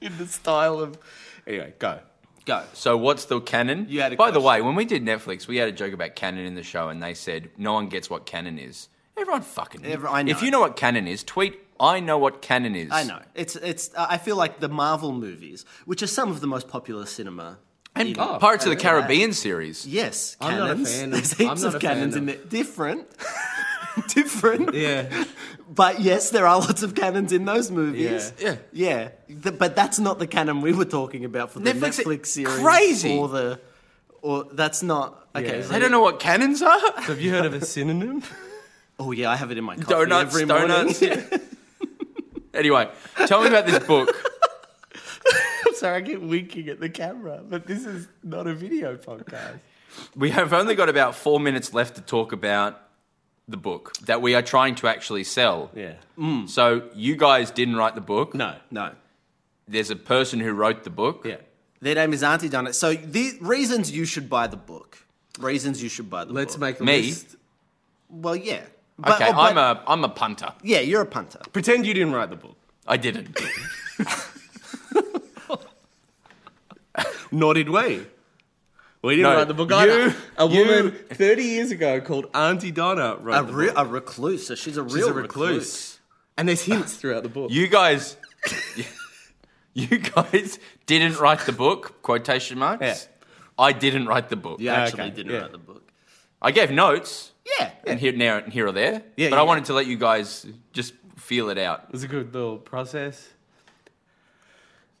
Speaker 3: in the style of. Anyway, go.
Speaker 4: Go.
Speaker 5: So what's the canon?
Speaker 4: You had a
Speaker 5: By the way,
Speaker 4: question.
Speaker 5: when we did Netflix, we had a joke about canon in the show, and they said no one gets what canon is. Everyone fucking.
Speaker 4: Every- I know.
Speaker 5: If you know what canon is, tweet. I know what canon is.
Speaker 4: I know. It's it's. I feel like the Marvel movies, which are some of the most popular cinema.
Speaker 5: And
Speaker 4: even-
Speaker 5: Pirates of the Caribbean series.
Speaker 4: Yes,
Speaker 3: oh, I'm not a
Speaker 4: cannons.
Speaker 3: fan of-
Speaker 4: There's
Speaker 3: I'm
Speaker 4: heaps
Speaker 3: not
Speaker 4: of
Speaker 3: a fan
Speaker 4: cannons in
Speaker 3: of-
Speaker 4: there. Different. Different.
Speaker 3: Yeah.
Speaker 4: But yes, there are lots of cannons in those movies.
Speaker 5: Yeah.
Speaker 4: Yeah. Th- but that's not the canon we were talking about for the
Speaker 5: Netflix-
Speaker 4: Netflix, series.
Speaker 5: crazy.
Speaker 4: Or the. Or that's not. Okay.
Speaker 3: Yeah.
Speaker 4: so-
Speaker 5: They don't know what canons are.
Speaker 3: Have you heard of a synonym?
Speaker 4: Oh, yeah, I have it in my coffee
Speaker 5: donuts,
Speaker 4: every morning.
Speaker 5: donuts. anyway, tell me about this book.
Speaker 3: I'm sorry, I keep winking at the camera, but this is not a video podcast.
Speaker 5: We have only got about four minutes left to talk about the book that we are trying to actually sell.
Speaker 3: Yeah.
Speaker 5: So you guys didn't write the book.
Speaker 3: No.
Speaker 4: No.
Speaker 5: There's a person who wrote the book.
Speaker 3: Yeah.
Speaker 4: Their name is Auntie Donut. So the reasons you should buy the book. Reasons you should buy the
Speaker 3: Let's
Speaker 4: book.
Speaker 3: make a
Speaker 5: Me?
Speaker 3: list.
Speaker 4: Well, yeah. But,
Speaker 5: Okay,
Speaker 4: oh, but-
Speaker 5: I'm a I'm a punter.
Speaker 4: Yeah, you're a punter.
Speaker 3: Pretend you didn't write the book.
Speaker 5: I didn't.
Speaker 3: Nor did we. We didn't
Speaker 5: No,
Speaker 3: write the book
Speaker 5: you-
Speaker 3: either. a
Speaker 5: you-
Speaker 3: woman 30 years ago called Auntie Donna wrote
Speaker 4: A,
Speaker 3: the
Speaker 4: re-
Speaker 3: book.
Speaker 4: a recluse. So she's a real
Speaker 3: She's a recluse. And there's hints throughout the book.
Speaker 5: You guys, you guys didn't write the book? Quotation marks.
Speaker 3: Yeah.
Speaker 5: I didn't write the book.
Speaker 4: You actually
Speaker 3: Okay,
Speaker 4: didn't
Speaker 3: yeah.
Speaker 4: write the book.
Speaker 5: I gave notes.
Speaker 4: Yeah.
Speaker 5: and here now and here or there.
Speaker 3: Yeah,
Speaker 5: but
Speaker 3: yeah.
Speaker 5: I wanted to let you guys just feel it out.
Speaker 3: It was a good little process.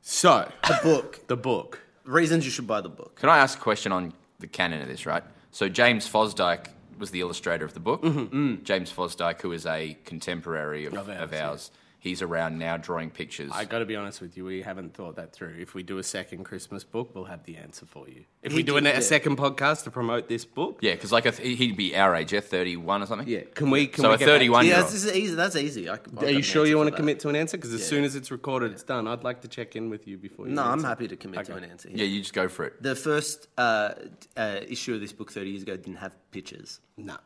Speaker 3: So,
Speaker 4: The book.
Speaker 3: the book.
Speaker 4: Reasons you should buy the book.
Speaker 5: Can I ask a question on the canon of this? Right. So James Fosdyke was the illustrator of the book. James Fosdyke, who is a contemporary of,
Speaker 3: Mm-hmm. Mm. Of
Speaker 5: of
Speaker 3: ours,
Speaker 5: ours, he's around now drawing pictures.
Speaker 3: I got to be honest with you, we haven't thought that through. If we do a second Christmas book, we'll have the answer for you. If we
Speaker 4: He
Speaker 3: do
Speaker 4: did,
Speaker 3: an,
Speaker 4: yeah.
Speaker 3: a second podcast to promote this book,
Speaker 5: yeah, because like a th- he'd be our age, yeah, thirty-one or something.
Speaker 3: yeah. Can we? Can
Speaker 5: So
Speaker 3: we
Speaker 5: a
Speaker 3: get back-
Speaker 5: thirty-one year
Speaker 4: Yeah,
Speaker 5: old.
Speaker 4: this is easy. That's easy. I can, I
Speaker 3: Are
Speaker 4: can
Speaker 3: you sure
Speaker 4: answer
Speaker 3: you want
Speaker 4: for
Speaker 3: to
Speaker 4: that.
Speaker 3: commit to an answer? Because as soon as it's recorded, it's done. I'd like to check in with you before. you
Speaker 4: No, I'm
Speaker 3: answer.
Speaker 4: happy to commit to
Speaker 3: Okay.
Speaker 4: an answer. Here.
Speaker 5: Yeah, you just go for it.
Speaker 4: The first uh, uh, issue of this book 30 years ago didn't have pictures.
Speaker 3: No,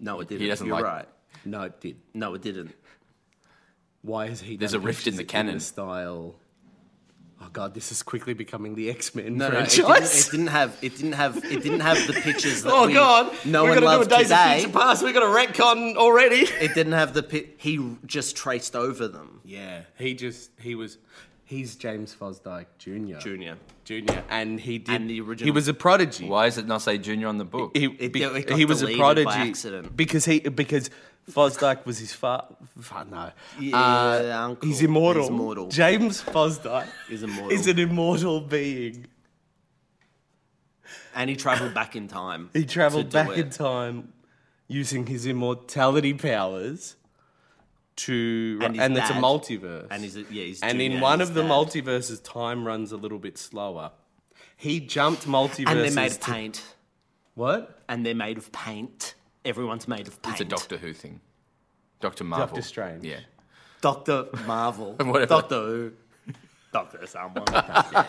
Speaker 4: No, it didn't.
Speaker 5: doesn't
Speaker 4: You're
Speaker 5: like-
Speaker 4: right.
Speaker 3: no, it did.
Speaker 4: No, it didn't.
Speaker 3: Why is he?
Speaker 5: There's
Speaker 3: done
Speaker 5: a rift
Speaker 3: pictures
Speaker 5: in the canon.
Speaker 3: style. Oh god, this is quickly becoming the X Men
Speaker 4: No, no, it
Speaker 3: franchise.
Speaker 4: didn't, it didn't have. It didn't have. It didn't have the pictures. That
Speaker 3: oh
Speaker 4: we,
Speaker 3: god,
Speaker 4: no
Speaker 3: we're
Speaker 4: one
Speaker 3: gonna do a
Speaker 4: loved
Speaker 3: Days of
Speaker 4: today.
Speaker 3: Future Past. We're gonna retcon already.
Speaker 4: It didn't have the. Pi- he just traced over them.
Speaker 3: Yeah, he just he was he's James Fosdyke Jr.
Speaker 4: Junior.
Speaker 3: Junior, and he did
Speaker 4: And the original-
Speaker 3: He was a prodigy.
Speaker 5: Why does it not say junior on the book?
Speaker 3: He,
Speaker 4: It-
Speaker 3: be-
Speaker 4: it got
Speaker 3: he was a
Speaker 4: deleted by
Speaker 3: prodigy
Speaker 4: accident.
Speaker 3: because he because Fosdyke was his father. no,
Speaker 4: Yeah,
Speaker 3: Uh,
Speaker 4: uncle.
Speaker 3: he's immortal.
Speaker 4: He's immortal.
Speaker 3: James Fosdyke
Speaker 4: He's immortal.
Speaker 3: is an immortal being.
Speaker 4: And he traveled back in time.
Speaker 3: He traveled
Speaker 4: do
Speaker 3: back
Speaker 4: it.
Speaker 3: in time using his immortality powers to
Speaker 4: And
Speaker 3: and,
Speaker 4: his
Speaker 3: it's a
Speaker 4: dad.
Speaker 3: multiverse.
Speaker 4: And he's a- yeah, he's
Speaker 3: and
Speaker 4: junior
Speaker 3: in
Speaker 4: and
Speaker 3: one
Speaker 4: his
Speaker 3: of the
Speaker 4: dad.
Speaker 3: multiverses, time runs a little bit slower. He jumped multiverses.
Speaker 4: and they're made of
Speaker 3: to-
Speaker 4: paint.
Speaker 3: what?
Speaker 4: And they're made of paint. Everyone's made of paint.
Speaker 5: it's a Doctor Who thing. Doctor Marvel.
Speaker 3: Doctor Strange.
Speaker 5: Yeah.
Speaker 4: Doctor Marvel.
Speaker 5: Whatever.
Speaker 4: Doctor Who. Doctor someone. Doctor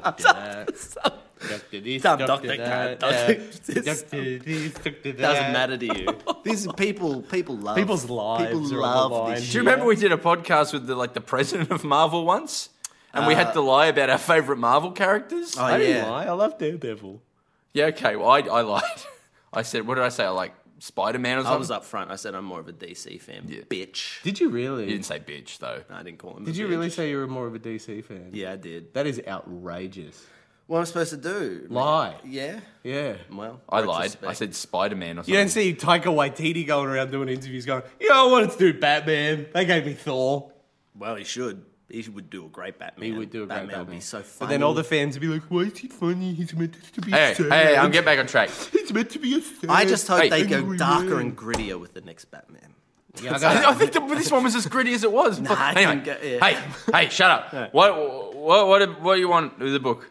Speaker 3: Doctor this,
Speaker 4: Some doctor that, doctor- this-
Speaker 3: this, doctor that.
Speaker 4: Doesn't matter to you. These are people. People love.
Speaker 3: People's lives
Speaker 4: People
Speaker 3: are on the
Speaker 4: love
Speaker 3: line
Speaker 4: this.
Speaker 5: Do you
Speaker 4: shit.
Speaker 5: remember we did a podcast with the like the president of Marvel once, and we had to lie about our favorite Marvel characters?
Speaker 4: Oh,
Speaker 3: Uh, I didn't
Speaker 4: yeah.
Speaker 3: lie. I love Daredevil.
Speaker 5: Yeah, okay. Well, I, I lied. I said, what did I say? I like Spider Man or
Speaker 4: I
Speaker 5: something?
Speaker 4: was up front. I said I'm more of a DC fan. Bitch.
Speaker 3: Did you
Speaker 5: You
Speaker 3: really?
Speaker 5: didn't say bitch, though.
Speaker 4: I didn't call him.
Speaker 3: Did you really say you were more of a DC fan?
Speaker 4: Yeah, I did.
Speaker 3: That is outrageous.
Speaker 4: What am I supposed to do?
Speaker 3: Lie.
Speaker 4: Yeah.
Speaker 3: Yeah.
Speaker 4: Well,
Speaker 5: I lied. I
Speaker 4: retrospect.
Speaker 5: said Spider Man or something.
Speaker 3: You don't see Taika Waititi going around doing interviews going, yeah, I wanted to do Batman. They gave me Thor.
Speaker 4: Well, he should. He would do a great Batman.
Speaker 3: He would do a great
Speaker 4: Batman.
Speaker 3: Batman.
Speaker 4: Would be so funny.
Speaker 3: But then all the fans would be like, why is he funny? He's meant to be
Speaker 5: Hey,
Speaker 3: sad.
Speaker 5: hey, I'm getting back on track.
Speaker 3: He's meant to be a sad.
Speaker 4: I just hope
Speaker 5: Hey.
Speaker 4: they go
Speaker 3: Angry
Speaker 4: darker
Speaker 3: man.
Speaker 4: and grittier with the next Batman.
Speaker 3: Yeah, I
Speaker 5: I, I
Speaker 3: got-
Speaker 5: think the, this one was as gritty as it was.
Speaker 4: Nah, I
Speaker 5: anyway,
Speaker 4: think, uh, yeah.
Speaker 5: hey, hey, shut up. What, what, what, what do you want with the book?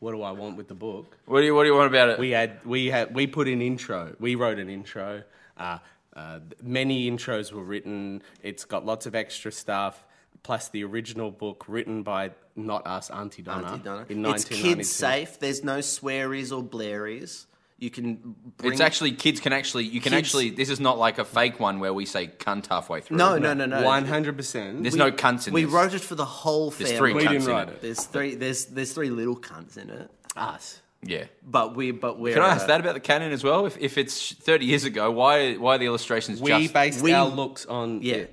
Speaker 3: what do I want with the book?
Speaker 5: What do you, what do you want about it?
Speaker 3: We had, we had, we put an intro. We wrote an intro. Uh, uh, many intros were written. It's got lots of extra stuff. Plus the original book written by not us, Auntie Donna.
Speaker 4: Auntie Donna.
Speaker 3: In
Speaker 4: it's
Speaker 3: 1992.
Speaker 4: kids safe. There's no swearies or blaries. You can bring.
Speaker 5: it's actually kids can actually you can
Speaker 4: Kids-
Speaker 5: actually. This is not like a fake one where we say cunt halfway through.
Speaker 4: no, no, no, no.
Speaker 3: One hundred percent.
Speaker 5: there's no cunts in
Speaker 4: We
Speaker 5: this.
Speaker 4: wrote it for the whole
Speaker 5: There's
Speaker 4: family.
Speaker 5: three
Speaker 3: We
Speaker 5: cunts
Speaker 3: didn't
Speaker 5: in
Speaker 3: write
Speaker 5: it.
Speaker 4: There's three. There's there's three little cunts in it.
Speaker 3: us.
Speaker 5: Yeah.
Speaker 4: But we. But we're.
Speaker 5: Can I ask
Speaker 4: uh,
Speaker 5: that about the canon as well? If, if it's 30 years ago, why why are the illustrations
Speaker 3: We
Speaker 5: just
Speaker 3: based
Speaker 4: we-
Speaker 3: our looks on
Speaker 4: Yeah.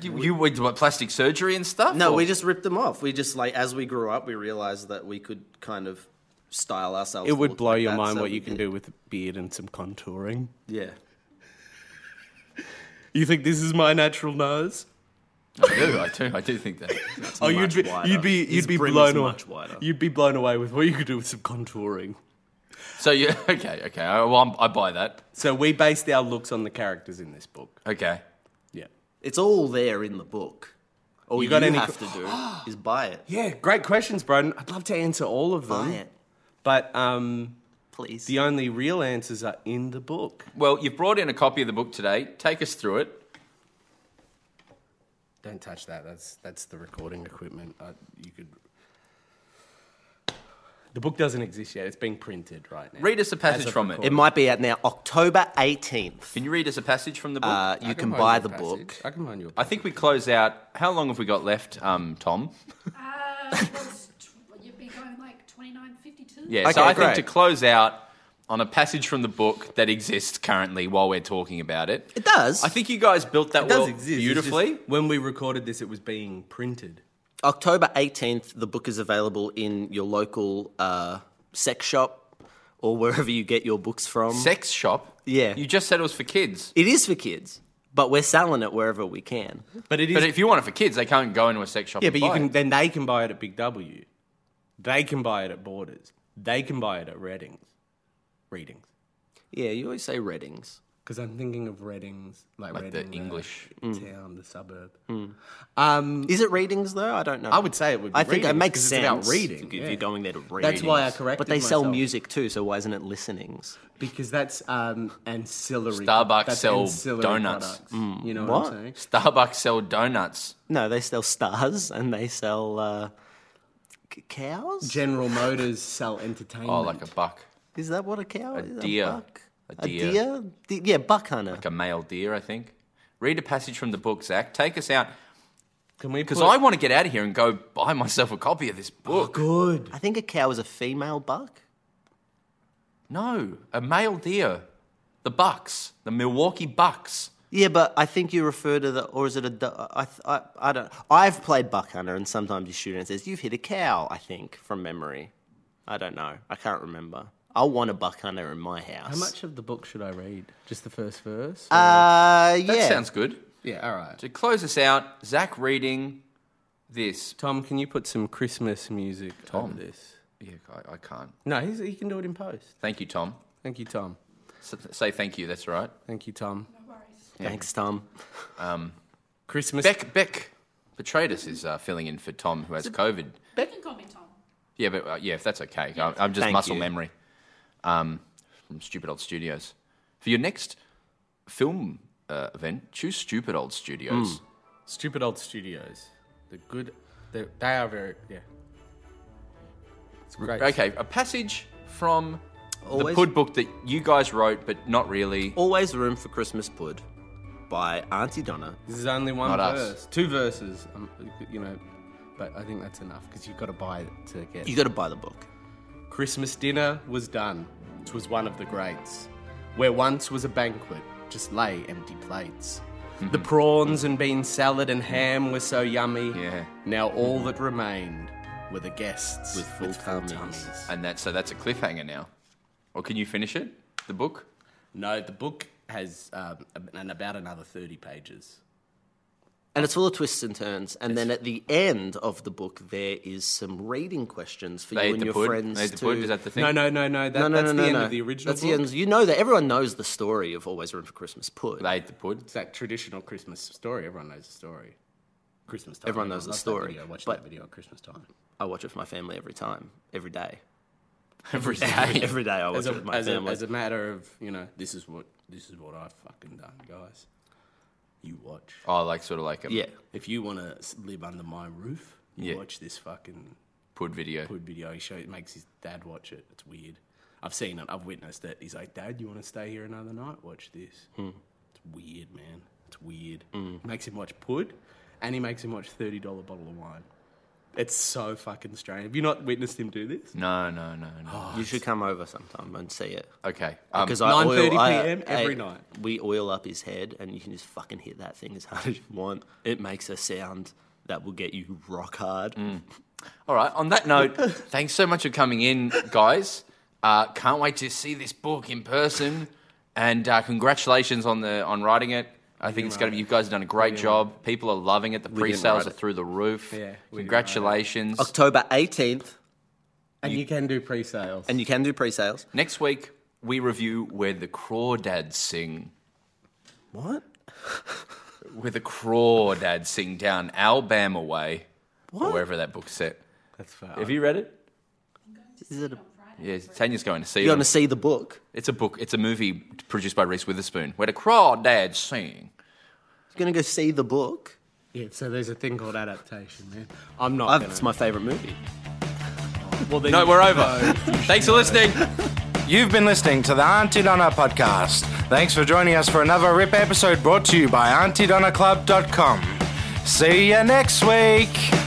Speaker 5: You, you would what, plastic surgery and stuff?
Speaker 4: No,
Speaker 5: or-
Speaker 4: we just ripped them off. We just like as we grew up, we realized that we could kind of style ourselves.
Speaker 3: It
Speaker 4: to
Speaker 3: would
Speaker 4: look
Speaker 3: blow
Speaker 4: like
Speaker 3: your
Speaker 4: that,
Speaker 3: mind
Speaker 4: so
Speaker 3: what
Speaker 4: we
Speaker 3: you can
Speaker 4: did.
Speaker 3: do with a beard and some contouring.
Speaker 4: Yeah.
Speaker 3: You think this is my natural nose?
Speaker 5: I do, I do, I do think that.
Speaker 3: oh, you'd
Speaker 4: much
Speaker 3: be,
Speaker 4: wider.
Speaker 3: you'd be,
Speaker 4: His
Speaker 3: you'd be
Speaker 4: brim is
Speaker 3: blown away.
Speaker 4: much wider.
Speaker 3: You'd be blown away with what you could do with some contouring.
Speaker 5: So you okay? Okay, I- well, I'm, I buy that.
Speaker 3: So we based our looks on the characters in this book.
Speaker 5: Okay,
Speaker 3: Yeah.
Speaker 4: It's all there in the book. All you,
Speaker 3: You got any-
Speaker 4: have to do is buy it.
Speaker 3: Yeah, great questions, Broden. I'd love to answer all of
Speaker 4: Buy
Speaker 3: them,
Speaker 4: it,
Speaker 3: but um,
Speaker 4: please.
Speaker 3: the only real answers are in the book.
Speaker 5: well, you've brought in a copy of the book today. Take us through it.
Speaker 3: Don't touch that. That's that's the recording equipment. Uh, you could. The book doesn't exist yet. It's being printed right now.
Speaker 5: Read us a passage
Speaker 3: As of
Speaker 5: from it.
Speaker 4: It might be out now, October 18th.
Speaker 5: Can you read us a passage from the book?
Speaker 4: Uh, you
Speaker 3: I
Speaker 4: can
Speaker 3: find
Speaker 4: buy
Speaker 3: you a
Speaker 4: the
Speaker 3: passage.
Speaker 4: book.
Speaker 3: I can find you. A
Speaker 5: I think we close out. How long have we got left, um, Tom?
Speaker 6: Uh, was tw- you'd be going like 29.52?
Speaker 5: Yeah,
Speaker 4: Okay,
Speaker 5: so I
Speaker 4: great.
Speaker 5: think to close out on a passage from the book that exists currently while we're talking about it.
Speaker 4: It does.
Speaker 5: I think you guys built that
Speaker 3: It does
Speaker 5: world
Speaker 3: exist. It's
Speaker 5: beautifully.
Speaker 3: just when we recorded this, it was being printed.
Speaker 4: October 18th, the book is available in your local uh, sex shop or wherever you get your books from.
Speaker 5: Sex shop.
Speaker 4: Yeah.
Speaker 5: You just said it was for kids.
Speaker 4: it is for kids, but we're selling it wherever we can.
Speaker 3: But it is.
Speaker 5: But if you want it for kids, they can't go into a sex shop.
Speaker 3: yeah,
Speaker 5: and
Speaker 3: but you
Speaker 5: buy
Speaker 3: can.
Speaker 5: it.
Speaker 3: Then they can buy it at Big W. They can buy it at Borders. They can buy it at Readings. Readings.
Speaker 4: Yeah, you always say Reddings.
Speaker 3: Because I'm thinking of Readings, like, Mm.
Speaker 5: Like the
Speaker 3: Reading,
Speaker 5: English.
Speaker 3: town, the suburb. Um,
Speaker 4: Is it Readings, though? I don't know.
Speaker 3: Mm. I would say it would. Be
Speaker 4: I think it
Speaker 3: Readings,
Speaker 4: makes
Speaker 3: 'cause
Speaker 4: sense.
Speaker 3: It's about reading.
Speaker 4: If you're going there to read.
Speaker 3: That's why I corrected
Speaker 4: But they sell
Speaker 3: myself.
Speaker 4: music too, so why isn't it listenings?
Speaker 3: because that's um, ancillary.
Speaker 5: Starbucks
Speaker 3: that's
Speaker 5: sell
Speaker 3: ancillary
Speaker 5: donuts.
Speaker 3: products. You know Mm.
Speaker 4: What?
Speaker 3: what I'm saying?
Speaker 5: Starbucks sell donuts.
Speaker 4: No, they sell stars and they sell uh, c- cows.
Speaker 3: General Motors sell entertainment.
Speaker 5: Oh, like a buck.
Speaker 4: is that what a cow is?
Speaker 5: deer.
Speaker 4: A, buck?
Speaker 5: A
Speaker 4: A
Speaker 5: deer.
Speaker 4: deer? D- yeah, buck hunter.
Speaker 5: Like a male deer, I think. Read a passage from the book, Zach. Take us out.
Speaker 3: Can we?
Speaker 5: Because
Speaker 3: put-
Speaker 5: I want to get out of here and go buy myself a copy of this book.
Speaker 3: Oh, good.
Speaker 4: I think a cow is a female buck.
Speaker 5: No, a male deer. The Bucks. The Milwaukee Bucks.
Speaker 4: Yeah, but I think you refer to the, or is it a? du- I, th- I, I don't. I've played buck hunter, and sometimes you shoot and it says you've hit a cow. I think from memory, I don't know. I can't remember. I want a buck hunter in my house.
Speaker 3: How much of the book should I read? Just the first verse?
Speaker 4: Uh, yeah.
Speaker 5: That sounds good.
Speaker 3: yeah, all right.
Speaker 5: To close us out, Zach reading this.
Speaker 3: Tom, can you put some Christmas music Tom. over this?
Speaker 5: Yeah, I, I can't.
Speaker 3: No, he's, he can do it in post.
Speaker 5: Thank you, Tom.
Speaker 3: Thank you, Tom.
Speaker 5: S- say thank you. That's right.
Speaker 3: Thank you, Tom. Um,
Speaker 6: No worries.
Speaker 4: Thanks, Tom.
Speaker 3: Christmas.
Speaker 5: Beck Beck Betratus is uh, filling in for Tom who has COVID.
Speaker 6: You can call me Tom.
Speaker 5: Yeah, but uh, yeah, if that's okay, I'm, I'm just
Speaker 4: Thank
Speaker 5: muscle
Speaker 4: you.
Speaker 5: memory um, from Stupid Old Studios. For your next film uh, event, choose Stupid Old Studios.
Speaker 3: Stupid Old Studios. The good. They, they are very. Yeah. It's great.
Speaker 5: Okay, a passage from
Speaker 4: Always-
Speaker 5: the Pud book that you guys wrote, but not really.
Speaker 4: Always room for Christmas pud, by Auntie Donna.
Speaker 3: This is only one
Speaker 5: Not us.
Speaker 3: verse. Two verses. Um, you know, but I think that's enough because you've got to buy it to get.
Speaker 4: You got to buy the book.
Speaker 3: Christmas dinner was done, which was one of the greats. Where once was a banquet, just lay empty plates.
Speaker 4: Mm-hmm.
Speaker 3: The prawns and bean salad and ham were so yummy.
Speaker 5: Yeah.
Speaker 3: Now all that remained were the guests
Speaker 4: Mm-hmm. With full tummies.
Speaker 5: And that so that's a cliffhanger now. Or can you finish it? The book?
Speaker 3: No, the book has um, ab- and about another thirty pages.
Speaker 4: And it's full of twists and turns. And then at the end of the book, there is some reading questions for
Speaker 5: They
Speaker 4: you
Speaker 5: ate
Speaker 4: and
Speaker 5: the
Speaker 4: your
Speaker 5: pud.
Speaker 4: friends
Speaker 5: They ate the
Speaker 4: to.
Speaker 5: pud. Is that the thing?
Speaker 3: No, no, no, no. That,
Speaker 4: no, no,
Speaker 3: that's
Speaker 4: no,
Speaker 3: the
Speaker 4: no,
Speaker 3: end
Speaker 4: no.
Speaker 3: of the original.
Speaker 4: That's
Speaker 3: book.
Speaker 4: the end. You know that everyone knows the story of Always Room for Christmas Pud.
Speaker 5: They ate the pud.
Speaker 3: It's that traditional Christmas story. Everyone knows the story. Christmas time.
Speaker 4: Everyone knows the
Speaker 3: loves that
Speaker 4: story,
Speaker 3: Video. Watch
Speaker 4: but-
Speaker 3: that video at Christmas time.
Speaker 4: I watch it with my family every time, every day.
Speaker 5: Every day.
Speaker 4: Every day I watch
Speaker 3: as
Speaker 4: it
Speaker 3: a,
Speaker 4: with my
Speaker 3: as, a,
Speaker 4: family.
Speaker 3: as a matter of you know this is what this is what I've fucking done, guys. You watch
Speaker 5: Oh, like sort of like a
Speaker 4: yeah.
Speaker 3: if you want to live under my roof. You
Speaker 5: Yeah.
Speaker 3: watch this fucking
Speaker 5: pud video.
Speaker 3: hood video. He shows makes his dad watch it. It's weird. I've seen it. I've witnessed it. He's like, Dad, you want to stay here another night? Watch this. It's weird, man. It's weird. Makes him watch Pud, and he makes him watch thirty dollar bottle of wine. It's so fucking strange. Have you not witnessed him do this?
Speaker 5: No, no, no, no.
Speaker 4: You should come over sometime and see it.
Speaker 5: Okay. Um,
Speaker 4: Because Oh, I oil
Speaker 3: 9:30
Speaker 4: I-
Speaker 3: PM every
Speaker 4: I-
Speaker 3: night.
Speaker 4: We oil up his head, and you can just fucking hit that thing as hard as you want. It makes a sound that will get you rock hard.
Speaker 3: Mm.
Speaker 5: all right. On that note, thanks so much for coming in, guys. Uh, can't wait to see this book in person. And uh, congratulations on the on writing it. I think it's going to be. You guys have done a great job. People are loving it. The pre-sales
Speaker 4: write
Speaker 5: are
Speaker 4: it.
Speaker 5: through the roof.
Speaker 3: we didn't write it.
Speaker 5: Congratulations.
Speaker 4: October 18th,
Speaker 3: And you, can do pre-sales.
Speaker 4: and you can do pre-sales.
Speaker 5: Next week we review where the crawdads sing.
Speaker 4: What?
Speaker 5: With a crawdad sing down Alabama Way, or wherever that book's set.
Speaker 3: That's fair.
Speaker 5: Have you read it?
Speaker 4: Is it a,
Speaker 5: Yeah, Tanya's going to see
Speaker 4: you
Speaker 5: it.
Speaker 4: want to see the book?
Speaker 5: It's a book. It's a movie produced by Reese Witherspoon. Where the crawdads sing.
Speaker 4: You're going to go see the book?
Speaker 3: Yeah, so there's a thing called adaptation, man. I'm not.
Speaker 4: I've,
Speaker 3: gonna-
Speaker 4: it's my favorite movie.
Speaker 7: Well, then
Speaker 5: No,
Speaker 7: you
Speaker 5: we're
Speaker 7: should
Speaker 5: over.
Speaker 7: know.
Speaker 5: Thanks for listening.
Speaker 1: You've been listening to the Auntie Donna podcast. Thanks for joining us for another RIP episode brought to you by AuntieDonnaClub.com. See you next week.